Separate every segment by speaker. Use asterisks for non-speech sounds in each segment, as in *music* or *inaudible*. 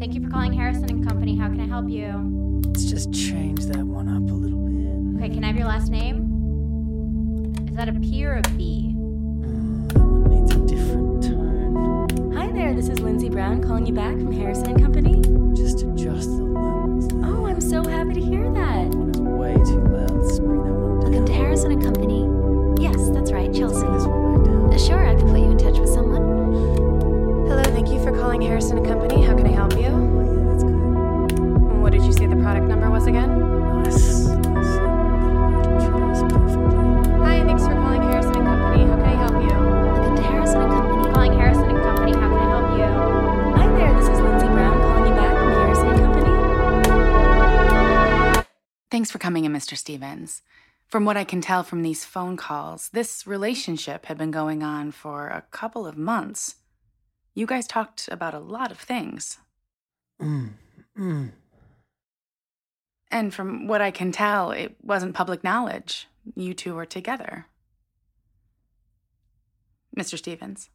Speaker 1: Thank you for calling Harrison and Company. How can I help you?
Speaker 2: Let's just change that one up a little bit.
Speaker 1: Okay, can I have your last name? Is that a P or a B?
Speaker 2: Uh, that one needs a different tone.
Speaker 3: Hi there, this is Lindsay Brown calling you back from Harrison and Company.
Speaker 2: Just adjust the levels.
Speaker 3: Oh, I'm so happy to hear that.
Speaker 2: That one is way too loud. Let's bring that one down.
Speaker 3: Welcome to Harrison and Company. Yes, that's right, Chelsea.
Speaker 2: Bring this one back down.
Speaker 3: Uh, Sure, I can put you in touch with someone. Hello, thank you for calling Harrison and Company. How can I help you?
Speaker 2: Oh, yeah, that's good.
Speaker 3: What did you say the product number was again?
Speaker 2: Nice. Nice. Just perfectly.
Speaker 3: Hi, thanks for calling Harrison and Company. How can I help you? Welcome to Harrison and Company.
Speaker 1: Calling Harrison and Company. How can I help you?
Speaker 3: Hi there, this is Lindsay Brown calling you back from Harrison and Company.
Speaker 4: Thanks for coming in, Mr. Stevens. From what I can tell from these phone calls, this relationship had been going on for a couple of months. You guys talked about a lot of things.
Speaker 2: Mm. Mm.
Speaker 4: And from what I can tell, it wasn't public knowledge. You two were together. Mr. Stevens,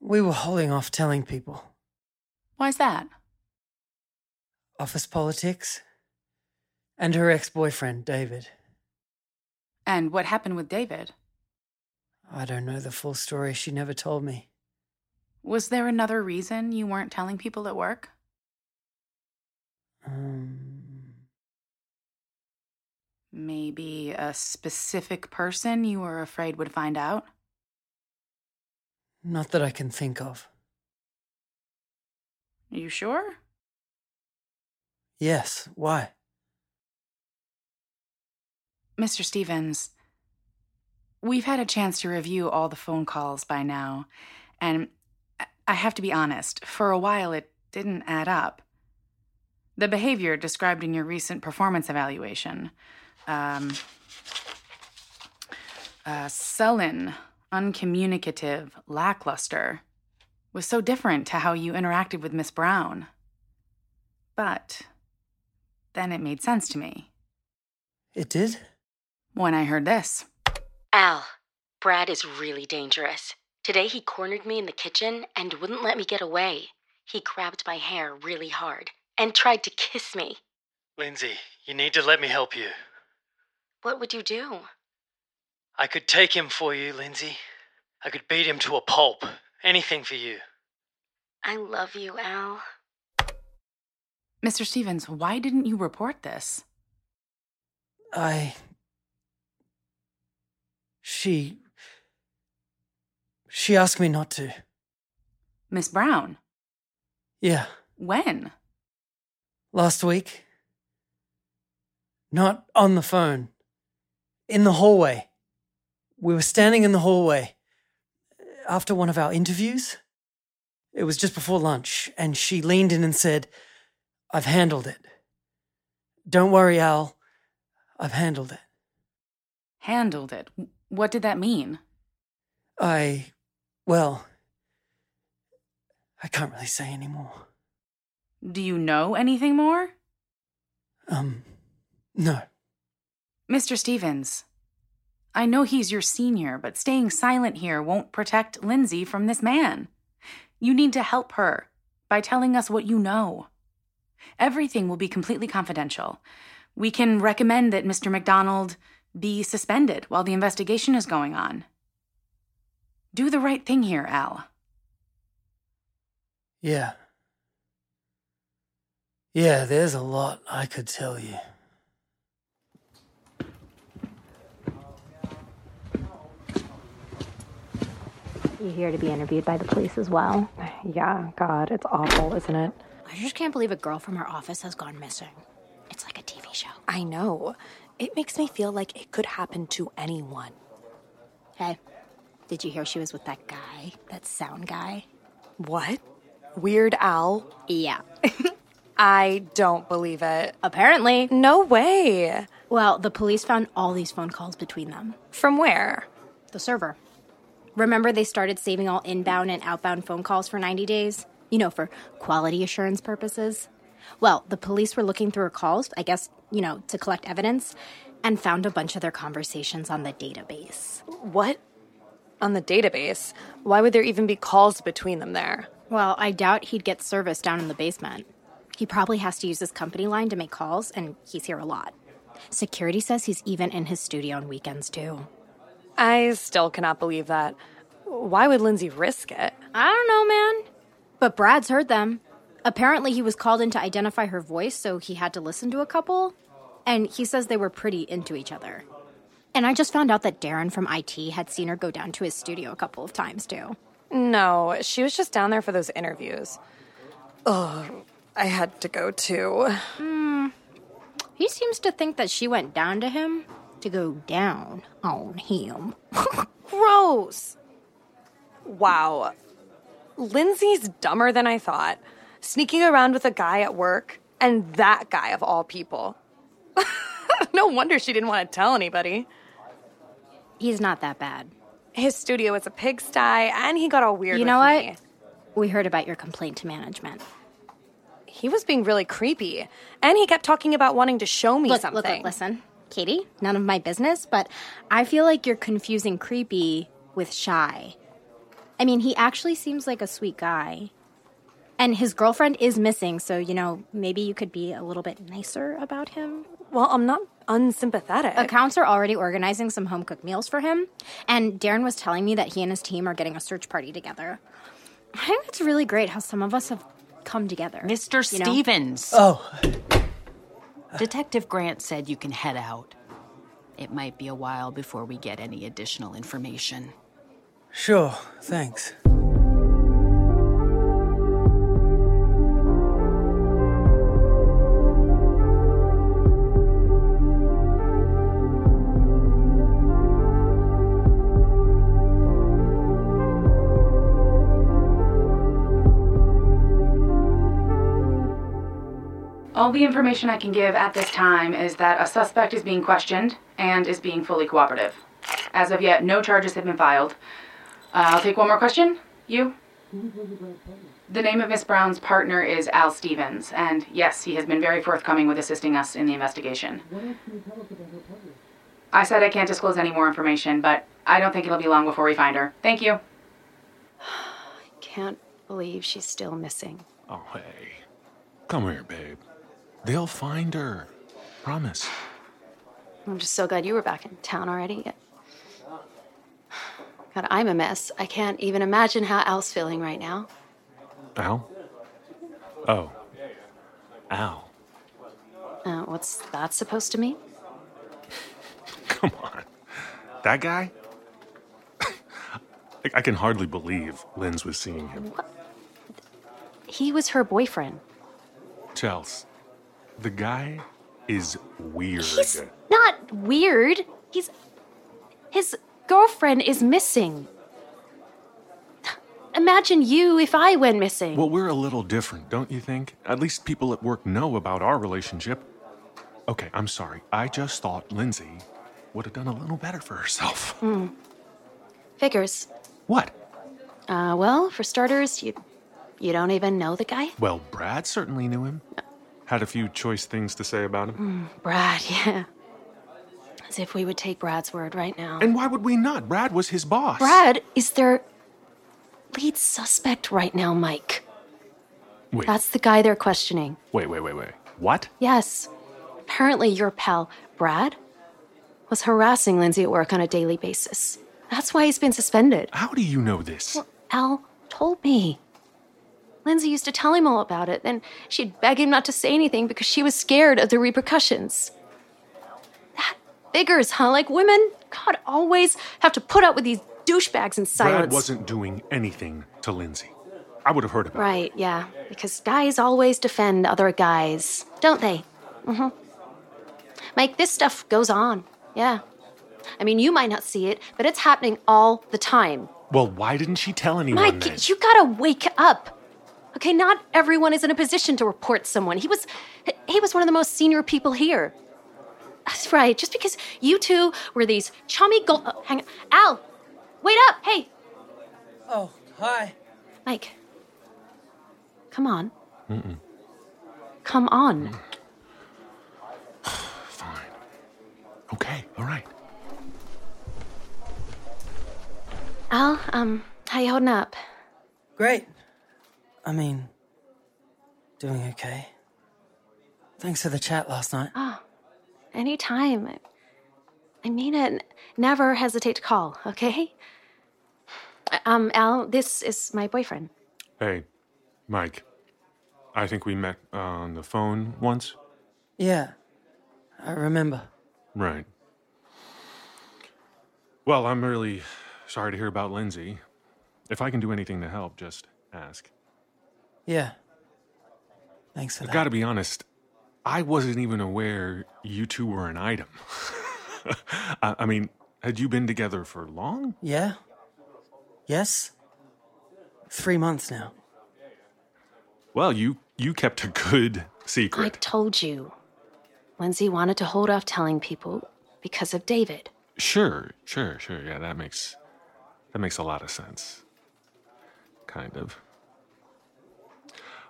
Speaker 2: We were holding off telling people.
Speaker 4: why's that?
Speaker 2: Office politics. And her ex boyfriend, David.
Speaker 4: And what happened with David?
Speaker 2: I don't know the full story. She never told me.
Speaker 4: Was there another reason you weren't telling people at work?
Speaker 2: Um,
Speaker 4: Maybe a specific person you were afraid would find out?
Speaker 2: not that I can think of.
Speaker 4: Are you sure?
Speaker 2: Yes. Why?
Speaker 4: Mr. Stevens, we've had a chance to review all the phone calls by now, and I- I have to be honest, for a while it didn't add up. The behavior described in your recent performance evaluation um, uh, sullen, uncommunicative, lackluster was so different to how you interacted with Miss Brown. But then it made sense to me
Speaker 2: It did?
Speaker 4: when I heard this.
Speaker 5: Al, Brad is really dangerous. Today he cornered me in the kitchen and wouldn't let me get away. He grabbed my hair really hard and tried to kiss me.
Speaker 2: Lindsay, you need to let me help you.
Speaker 5: What would you do?
Speaker 2: I could take him for you, Lindsay. I could beat him to a pulp. Anything for you.
Speaker 5: I love you, Al.
Speaker 4: Mr. Stevens, why didn't you report this?
Speaker 2: I. She. She asked me not to.
Speaker 4: Miss Brown,
Speaker 2: Yeah,
Speaker 4: when?
Speaker 2: last week. Not on the phone. In the hallway. We were standing in the hallway after one of our interviews. It was just before lunch, and she leaned in and said, I've handled it. Don't worry, Al. I've handled it.
Speaker 4: Handled it. What did that mean?
Speaker 2: I, well, I can't really say anymore.
Speaker 4: Do you know anything more?
Speaker 2: Um, no.
Speaker 4: Mr. Stevens, I know he's your senior, but staying silent here won't protect Lindsay from this man. You need to help her by telling us what you know. Everything will be completely confidential. We can recommend that Mr. McDonald be suspended while the investigation is going on. Do the right thing here, Al.
Speaker 2: Yeah. Yeah, there's a lot I could tell you.
Speaker 6: You here to be interviewed by the police as well?
Speaker 3: Yeah, God, it's awful, isn't it?
Speaker 6: I just can't believe a girl from her office has gone missing. It's like a TV show.
Speaker 3: I know. It makes me feel like it could happen to anyone.
Speaker 6: Hey, did you hear she was with that guy? That sound guy?
Speaker 3: What? Weird Al?
Speaker 6: Yeah.
Speaker 3: I don't believe it.
Speaker 6: *laughs* Apparently.
Speaker 3: No way.
Speaker 6: Well, the police found all these phone calls between them.
Speaker 3: From where?
Speaker 6: The server. Remember, they started saving all inbound and outbound phone calls for 90 days? You know, for quality assurance purposes. Well, the police were looking through her calls, I guess, you know, to collect evidence, and found a bunch of their conversations on the database.
Speaker 3: What? On the database. Why would there even be calls between them there?
Speaker 7: Well, I doubt he'd get service down in the basement. He probably has to use his company line to make calls, and he's here a lot. Security says he's even in his studio on weekends, too.
Speaker 5: I still cannot believe that. Why would Lindsay risk it?
Speaker 7: I don't know, man. But Brad's heard them. Apparently, he was called in to identify her voice, so he had to listen to a couple. And he says they were pretty into each other. And I just found out that Darren from IT had seen her go down to his studio a couple of times, too.
Speaker 5: No, she was just down there for those interviews. Ugh, I had to go too.
Speaker 7: He seems to think that she went down to him to go down on him. *laughs*
Speaker 5: Gross! Wow. Lindsay's dumber than I thought. Sneaking around with a guy at work, and that guy of all people. *laughs* no wonder she didn't want to tell anybody.
Speaker 7: He's not that bad.
Speaker 5: His studio was a pigsty, and he got all weird.
Speaker 7: You know
Speaker 5: with
Speaker 7: what?
Speaker 5: me.
Speaker 7: We heard about your complaint to management.
Speaker 5: He was being really creepy, and he kept talking about wanting to show me
Speaker 7: Look,
Speaker 5: something.
Speaker 7: look, look, listen. Katie, none of my business, but I feel like you're confusing creepy with shy. I mean, he actually seems like a sweet guy. And his girlfriend is missing, so, you know, maybe you could be a little bit nicer about him.
Speaker 5: Well, I'm not unsympathetic.
Speaker 7: Accounts are already organizing some home cooked meals for him, and Darren was telling me that he and his team are getting a search party together. I think it's really great how some of us have come together.
Speaker 8: Mr.
Speaker 7: you know?
Speaker 8: Stevens,
Speaker 2: Oh,
Speaker 8: Detective Grant said you can head out. It might be a while before we get any additional information.
Speaker 2: sure. Thanks.
Speaker 4: All the information I can give at this time is that a suspect is being questioned and is being fully cooperative. As of yet, no charges have been filed. Uh, I'll take one more question. You? The name of Miss Brown's partner is Al Stevens, and yes, he has been very forthcoming with assisting us in the investigation. I said I can't disclose any more information, but I don't think it'll be long before we find her. Thank you.
Speaker 6: Can't believe she's still missing.
Speaker 9: Oh, hey. Come here, babe. They'll find her. Promise.
Speaker 6: I'm just so glad you were back in town already. God, I'm a mess. I can't even imagine how Al's feeling right now.
Speaker 9: Al? Oh. Al.
Speaker 6: Uh, what's that supposed to mean?
Speaker 9: *laughs* Come on. That guy? *laughs* I- I can hardly believe Linz was seeing him.
Speaker 6: He was her boyfriend.
Speaker 9: Chels, the guy is weird.
Speaker 6: He's not weird. He's. His girlfriend is missing. Imagine you if I went missing.
Speaker 9: Well, we're a little different, don't you think? At least people at work know about our relationship. Okay, I'm sorry. I just thought Lindsay would have done a little better for herself.
Speaker 6: Figures.
Speaker 9: What?
Speaker 6: Uh, well, for starters, you. You don't even know the guy?
Speaker 9: Well, Brad certainly knew him. Had a few choice things to say about him.
Speaker 6: Brad, *laughs* yeah. As if we would take Brad's word right now.
Speaker 9: And why would we not? Brad was his boss.
Speaker 6: Brad is their lead suspect right now, Mike.
Speaker 9: Wait,
Speaker 6: That's the guy they're questioning.
Speaker 9: wait, wait, wait, wait. What?
Speaker 6: Yes. Apparently, your pal, Brad, was harassing Lindsay at work on a daily basis. That's why he's been suspended.
Speaker 9: How do you know this?
Speaker 6: Al told me. Lindsay used to tell him all about it, and she'd beg him not to say anything because she was scared of the repercussions. That figures, huh? Like women, God, always have to put up with these douchebags in silence.
Speaker 9: Brad wasn't doing anything to Lindsay. I would have heard about
Speaker 6: Right, yeah. Because guys always defend other guys, don't they? Mm-hmm. Mike, this stuff goes on. Yeah. I mean, you might not see it, but it's happening all the time.
Speaker 9: it. Well, why didn't she tell anyone
Speaker 6: Mike,
Speaker 9: then?
Speaker 6: you gotta wake up. Okay, not everyone is in a position to report someone. He was he was one of the most senior people here. That's right. Just because you two were these chummy go- oh, hang on. Al, wait up. Hey,
Speaker 2: Oh, hi.
Speaker 6: Mike. Come on. Come on.
Speaker 9: Mm. Fine. Okay, all right.
Speaker 6: Al, um, how you holding up?
Speaker 2: Great. I mean, doing okay. Thanks for the chat last night.
Speaker 5: Anytime. I- I mean it. Never hesitate to call, okay? Um, Al, this is my boyfriend.
Speaker 9: Hey, Mike. I think we met on the phone once.
Speaker 2: Yeah, I remember.
Speaker 9: Right. Well, I'm really sorry to hear about Lindsay. If I can do anything to help, just ask.
Speaker 2: Yeah. Thanks for
Speaker 9: I
Speaker 2: that.
Speaker 9: gotta be honest, I wasn't even aware you two were an item. *laughs* I, I mean, had you been together for long?
Speaker 2: Yeah? Yes? Three months now.
Speaker 9: Well, you you kept a good
Speaker 5: I
Speaker 9: secret.
Speaker 5: told you. Lindsay wanted to hold off telling people because of David.
Speaker 9: Sure, sure, sure. Yeah, that makes that makes a lot of sense. Kind of.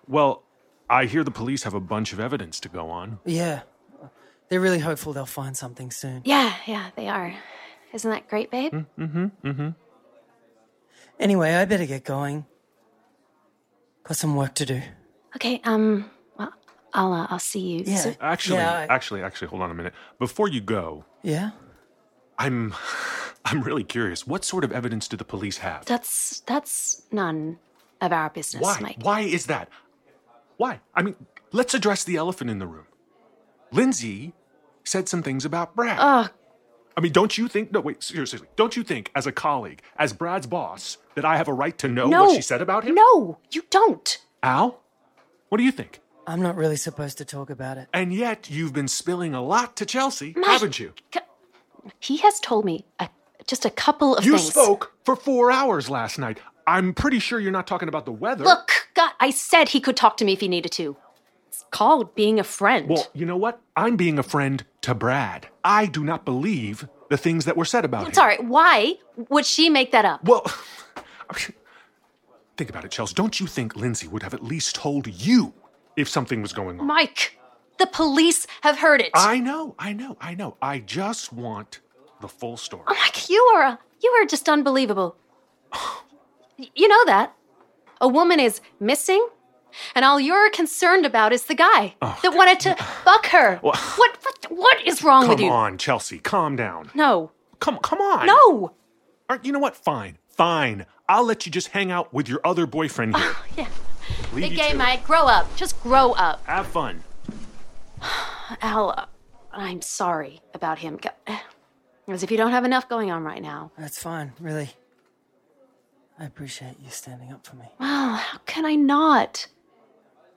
Speaker 9: Well, I hear the police have a bunch of evidence to go on.
Speaker 2: Yeah. They're really hopeful they'll find something soon.
Speaker 5: Yeah, yeah, they are. Isn't that great, babe?
Speaker 2: Anyway, I better get going. Got some work to do.
Speaker 5: Okay, um, well, I'll, uh, I'll see you
Speaker 2: Yeah.
Speaker 5: soon.
Speaker 9: Actually,
Speaker 2: Yeah, I-
Speaker 9: actually, actually, hold on a minute. Before you go,
Speaker 2: Yeah?
Speaker 9: I'm *sighs* I'm really curious. What sort of evidence do the police have?
Speaker 5: That's, that's none of our business,
Speaker 9: Why?
Speaker 5: Mike.
Speaker 9: Why is that? Why? I mean, let's address the elephant in the room. Lindsay said some things about Brad.
Speaker 5: Ugh.
Speaker 9: I mean, don't you think? No, wait, seriously. Don't you think, as a colleague, as Brad's boss, that I have a right to know Oh, what she said about him?
Speaker 5: No, you don't.
Speaker 9: Al, what do you think?
Speaker 2: I'm not really supposed to talk about it.
Speaker 9: And yet, you've been spilling a lot to Chelsea, haven't you?
Speaker 5: He has told me a, just a couple of
Speaker 9: You
Speaker 5: things.
Speaker 9: spoke for four hours last night. I'm pretty sure you're not talking about the weather.
Speaker 5: Look, God, I said he could talk to me if he needed to. It's called being a friend.
Speaker 9: Well, you know what? I'm being a friend to Brad. I do not believe the things that were said about him.
Speaker 5: I'm sorry, why would she make that up?
Speaker 9: Well, *laughs* I mean, think about it, Chelsea. Don't you think Lindsay would have at least told you if something was going on?
Speaker 5: Mike, the police have heard it.
Speaker 9: I know, I know, I know. I just want the full story.
Speaker 5: Mike, you are a, you are just unbelievable. Y- you know that. A woman is missing, and all you're concerned about is the guy
Speaker 9: Oh,
Speaker 5: that wanted to fuck her. What what, what is wrong with
Speaker 9: Come
Speaker 5: you?
Speaker 9: on, Chelsea. Calm down.
Speaker 5: No.
Speaker 9: Come, come on.
Speaker 5: No.
Speaker 9: All right, you know what? Fine, fine. I'll let you just hang out with your other boyfriend here.
Speaker 5: *sighs* Yeah.
Speaker 9: Leave
Speaker 5: Big
Speaker 9: you
Speaker 5: gay
Speaker 9: two.
Speaker 5: Mike, grow up. Just grow up.
Speaker 9: Have fun.
Speaker 5: Al, uh, I'm sorry about him. Go- As if you don't have enough going on right now.
Speaker 2: That's fine, really. I appreciate you standing up for me.
Speaker 5: Well, how can I not?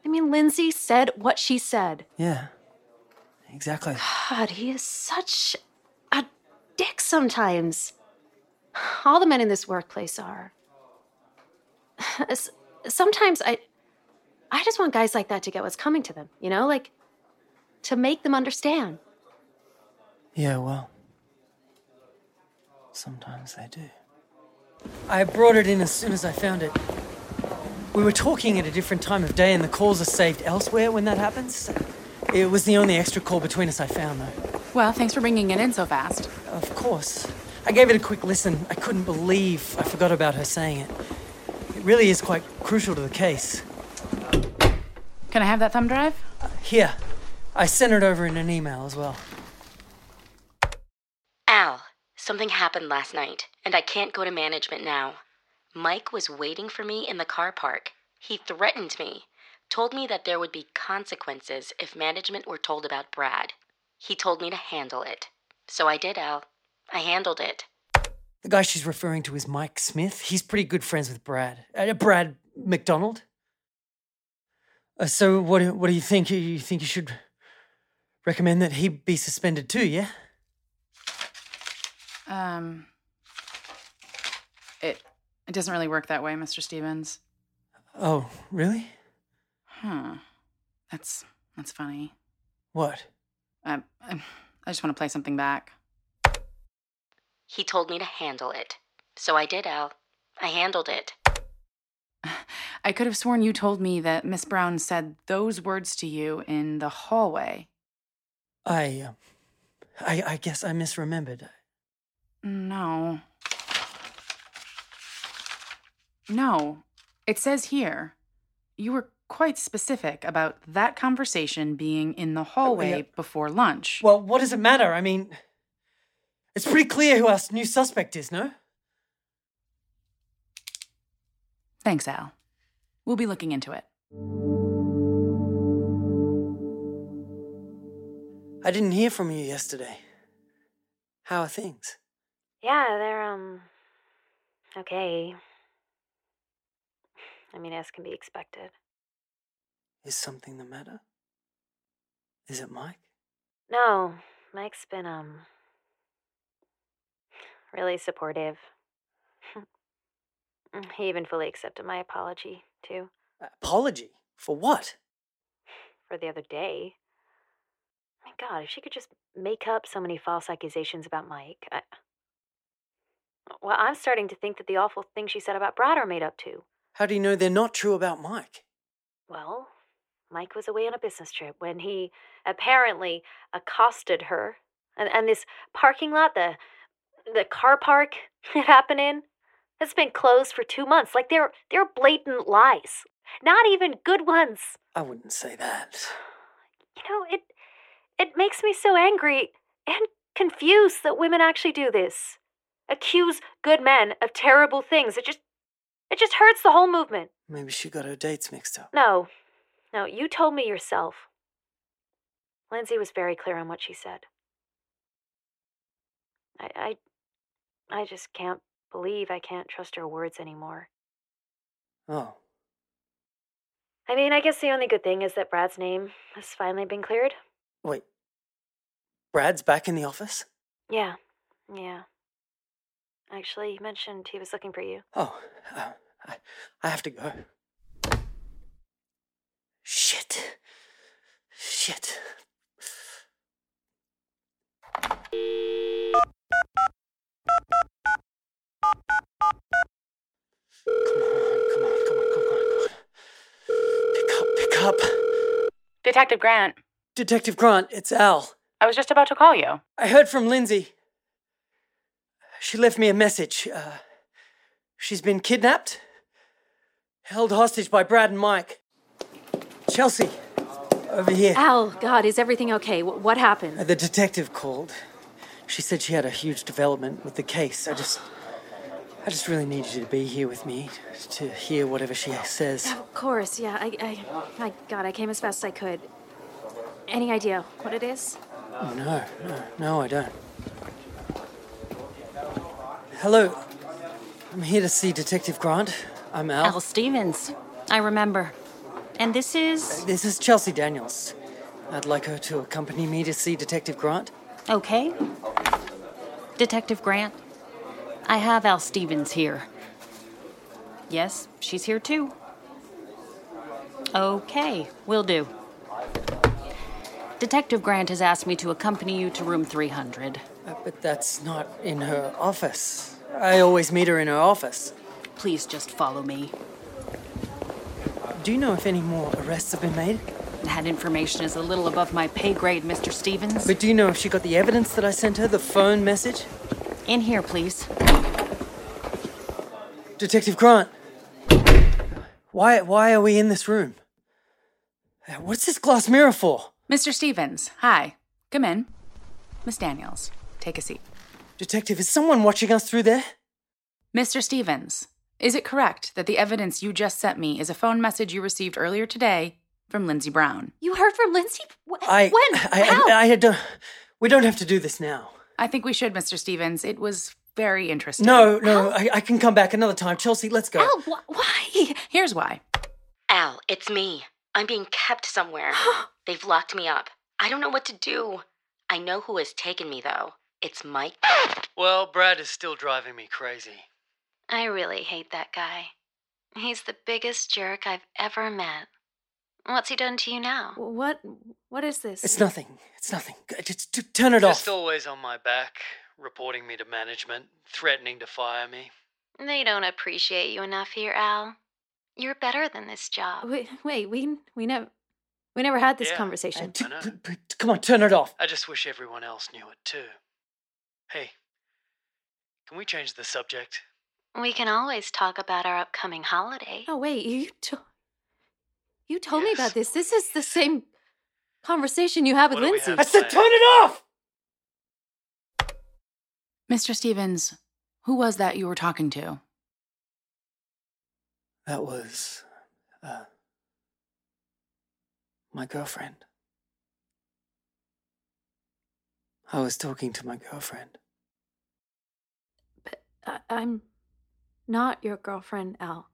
Speaker 5: I mean, Lindsay said what she said.
Speaker 2: Yeah. Exactly.
Speaker 5: God, he is such a dick sometimes. All the men in this workplace are. S- Sometimes I I just want guys like that to get what's coming to them, you know? Like to make them understand.
Speaker 2: Yeah, well. Sometimes they do. I brought it in as soon as I found it. We were talking at a different time of day, and the calls are saved elsewhere when that happens. It was the only extra call between us I found, though.
Speaker 4: Well, thanks for bringing it in so fast.
Speaker 2: Of course. I gave it a quick listen. I couldn't believe I forgot about her saying it. It really is quite crucial to the case.
Speaker 4: Can I have that thumb drive?
Speaker 2: Here, I sent it over in an email as well.
Speaker 10: Al, something happened last night, and I can't go to management now. Mike was waiting for me in the car park. He threatened me, told me that there would be consequences if management were told about Brad. He told me to handle it. So I did, Al. I handled it.
Speaker 2: The guy she's referring to is Mike Smith. He's pretty good friends with Brad. Uh, Brad McDonald. Uh, so what? do- What do you think? You think you should recommend that he be suspended too? Yeah.
Speaker 4: Um, it it doesn't really work that way, Mr. Stevens.
Speaker 2: Oh, really?
Speaker 4: Huh. That's that's funny.
Speaker 2: What?
Speaker 4: I I, I just want to play something back.
Speaker 10: He told me to handle it. So I did, Al. I handled it.
Speaker 4: I could have sworn you told me that Miss Brown said those words to you in the hallway.
Speaker 2: I, um, I, I guess I misremembered.
Speaker 4: No. No. It says here You were quite specific about that conversation being in the hallway
Speaker 2: Oh, yeah.
Speaker 4: before lunch.
Speaker 2: Well, what does it matter? I mean, it's pretty clear who our new suspect is, no?
Speaker 4: Thanks, Al. We'll be looking into it.
Speaker 2: I didn't hear from you yesterday. How are things?
Speaker 5: Yeah, they're, um. Okay. I mean, as can be expected.
Speaker 2: Is something the matter? Is it Mike?
Speaker 5: No, Mike's been, um. really supportive. *laughs* Mm, he even fully accepted my apology, too,
Speaker 2: Apology? For what?
Speaker 5: for the other day. My god, if she could just make up so many false accusations about Mike. I... Well, I'm starting to think that the awful things she said about Brad are made up, too.
Speaker 2: How do you know they're not true about Mike?
Speaker 5: Well, Mike was away on a business trip when he apparently accosted her. And, and this parking lot, the the car park *laughs* it happened in, has been closed for two months. Like they're they're blatant lies. Not even good ones.
Speaker 2: I wouldn't say that.
Speaker 5: You know, it it makes me so angry and confused that women actually do this. Accuse good men of terrible things. It just it just hurts the whole movement.
Speaker 2: Maybe she got her dates mixed up.
Speaker 5: No. No, you told me yourself. Lindsay was very clear on what she said. I I, I just can't believe I can't trust her words anymore.
Speaker 2: Oh,
Speaker 5: I mean, I guess the only good thing is that Brad's name has finally been cleared.
Speaker 2: wait. Brad's back in the office?
Speaker 5: Yeah. Yeah. Actually, he mentioned he was looking for you.
Speaker 2: Oh, uh, I, I have to go. Shit. Shit. Come on, come on, come on, come on, come on. Pick up, pick up.
Speaker 4: Detective Grant,
Speaker 2: Detective Grant, it's Al.
Speaker 4: I was just about to call you.
Speaker 2: I heard from Lindsay. She left me a message. Uh, she's been kidnapped, held hostage by Brad and Mike. Chelsea, over here.
Speaker 11: Al, God, is everything okay? Wh- what happened?
Speaker 2: Uh, The detective called. She said she had a huge development with the case. I just. I just really needed you to be here with me to hear whatever she says.
Speaker 11: Of course, yeah. I, I, my God, I came as fast as I could. Any idea what it is?
Speaker 2: Oh, no, no, no, I don't. Hello. I'm here to see Detective Grant. I'm Al.
Speaker 8: Al Stevens. I remember. And this is.
Speaker 2: This is Chelsea Daniels. I'd like her to accompany me to see Detective Grant.
Speaker 8: Okay. Detective Grant. I have Al Stevens here. Yes, she's here too. Okay, will do. Detective Grant has asked me to accompany you to room 300.
Speaker 2: Uh, but that's not in her office. I always meet her in her office.
Speaker 8: Please just follow me.
Speaker 2: Do you know if any more arrests have been made?
Speaker 8: That information is a little above my pay grade, Mr. Stevens.
Speaker 2: But do you know if she got the evidence that I sent her, the phone message?
Speaker 8: In here, please.
Speaker 2: Detective Grant. Why why are we in this room? Uh, What's this glass mirror for?
Speaker 4: Mr. Stevens, hi. Come in. Miss Daniels, take a seat.
Speaker 2: Detective, is someone watching us through there?
Speaker 4: Mr. Stevens, is it correct that the evidence you just sent me is a phone message you received earlier today from Lindsay Brown?
Speaker 11: You heard from Lindsay? Wh-
Speaker 2: I
Speaker 11: when?
Speaker 2: I,
Speaker 11: How?
Speaker 2: I, I don't we don't have to do this now.
Speaker 4: I think we should, Mr. Stevens. It was very interesting.
Speaker 2: No, no, I, I can come back another time. Chelsea, let's go.
Speaker 11: Al, wh- why?
Speaker 4: Here's why.
Speaker 10: Al, it's me. I'm being kept somewhere. They've locked me up. I don't know what to do. I know who has taken me, though. It's Mike.
Speaker 2: Well, Brad is still driving me crazy.
Speaker 5: I really hate that guy. He's the biggest jerk I've ever met. What's he done to you now?
Speaker 11: What? What is this?
Speaker 2: It's nothing. It's nothing. G- Just t- turn it off.
Speaker 12: Just always on my back, reporting me to management, threatening to fire me.
Speaker 5: They don't appreciate you enough here, Al. You're better than this job.
Speaker 11: Uh, wait, *laughs* wait, we we never we never had this
Speaker 12: Yeah.
Speaker 2: Uh,
Speaker 11: conversation.
Speaker 2: t-
Speaker 12: I know.
Speaker 2: p- p- t- come on, turn it off.
Speaker 12: I just wish everyone else knew it too. Hey, can we change the subject?
Speaker 5: We can always talk about our upcoming holiday.
Speaker 11: Oh wait, you t-
Speaker 5: You told me about this. This is the same conversation you had with Lindsay.
Speaker 2: I said, turn it off!
Speaker 4: Mr. Stevens, who was that you were talking to?
Speaker 2: That was uh, my girlfriend. I was talking to my girlfriend.
Speaker 13: I- I'm not your girlfriend, Al.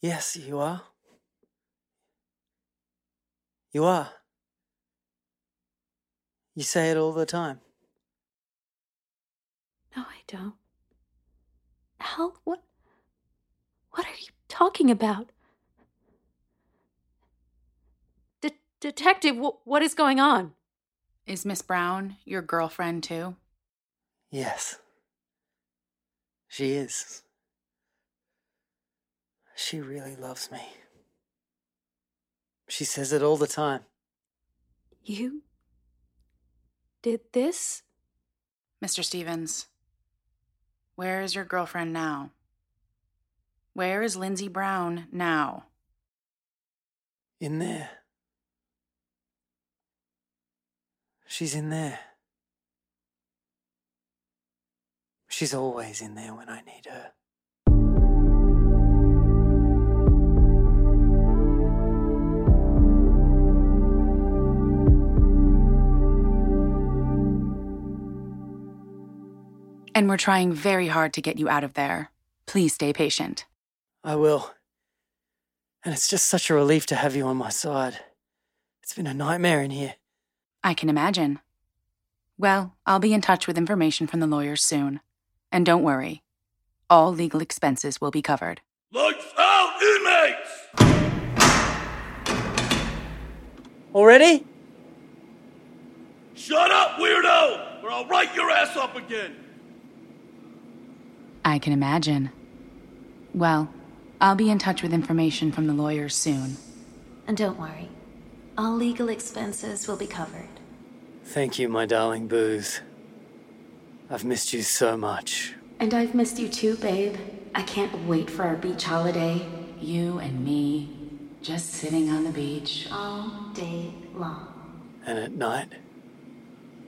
Speaker 2: Yes, you are. You are. You say it all the time.
Speaker 13: No, I don't. Al, what? What are you talking about?
Speaker 5: De- detective, wh- what is going on?
Speaker 4: Is Miss Brown your girlfriend too?
Speaker 2: Yes. She is. She really loves me. She says it all the time.
Speaker 13: You did this?
Speaker 4: Mr. Stevens, where is your girlfriend now? Where is Lindsay Brown now?
Speaker 2: In there. She's in there. She's always in there when I need her.
Speaker 4: And we're trying very hard to get you out of there. Please stay patient.
Speaker 2: I will. And it's just such a relief to have you on my side. It's been a nightmare in here.
Speaker 4: I can imagine. Well, I'll be in touch with information from the lawyers soon. And don't worry, all legal expenses will be covered.
Speaker 14: Lights out, inmates!
Speaker 2: Already?
Speaker 14: Shut up, weirdo, or I'll write your ass up again.
Speaker 4: I can imagine. Well, I'll be in touch with information from the lawyers soon.
Speaker 5: And don't worry, all legal expenses will be covered.
Speaker 2: Thank you, my darling booze. I've missed you so much.
Speaker 5: And I've missed you too, babe. I can't wait for our beach holiday.
Speaker 4: You and me, just sitting on the beach.
Speaker 5: All day long.
Speaker 2: And at night,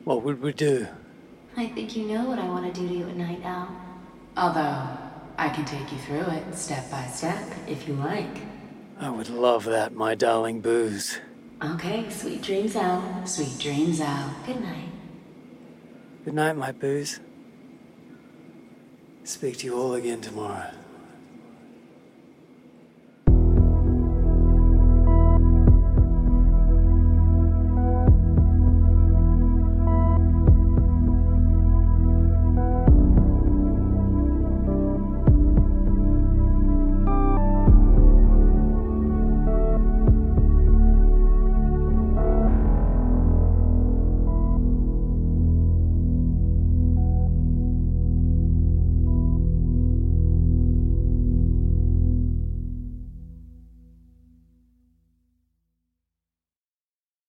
Speaker 2: what would we do?
Speaker 5: I think you know what I want to do to you at night, Al.
Speaker 4: Although, I can take you through it step by step if you like.
Speaker 2: I would love that, my darling booze.
Speaker 5: Okay, sweet dreams, Al.
Speaker 4: Sweet dreams, Al.
Speaker 5: Good night.
Speaker 2: Good night, my booze. Speak to you all again tomorrow.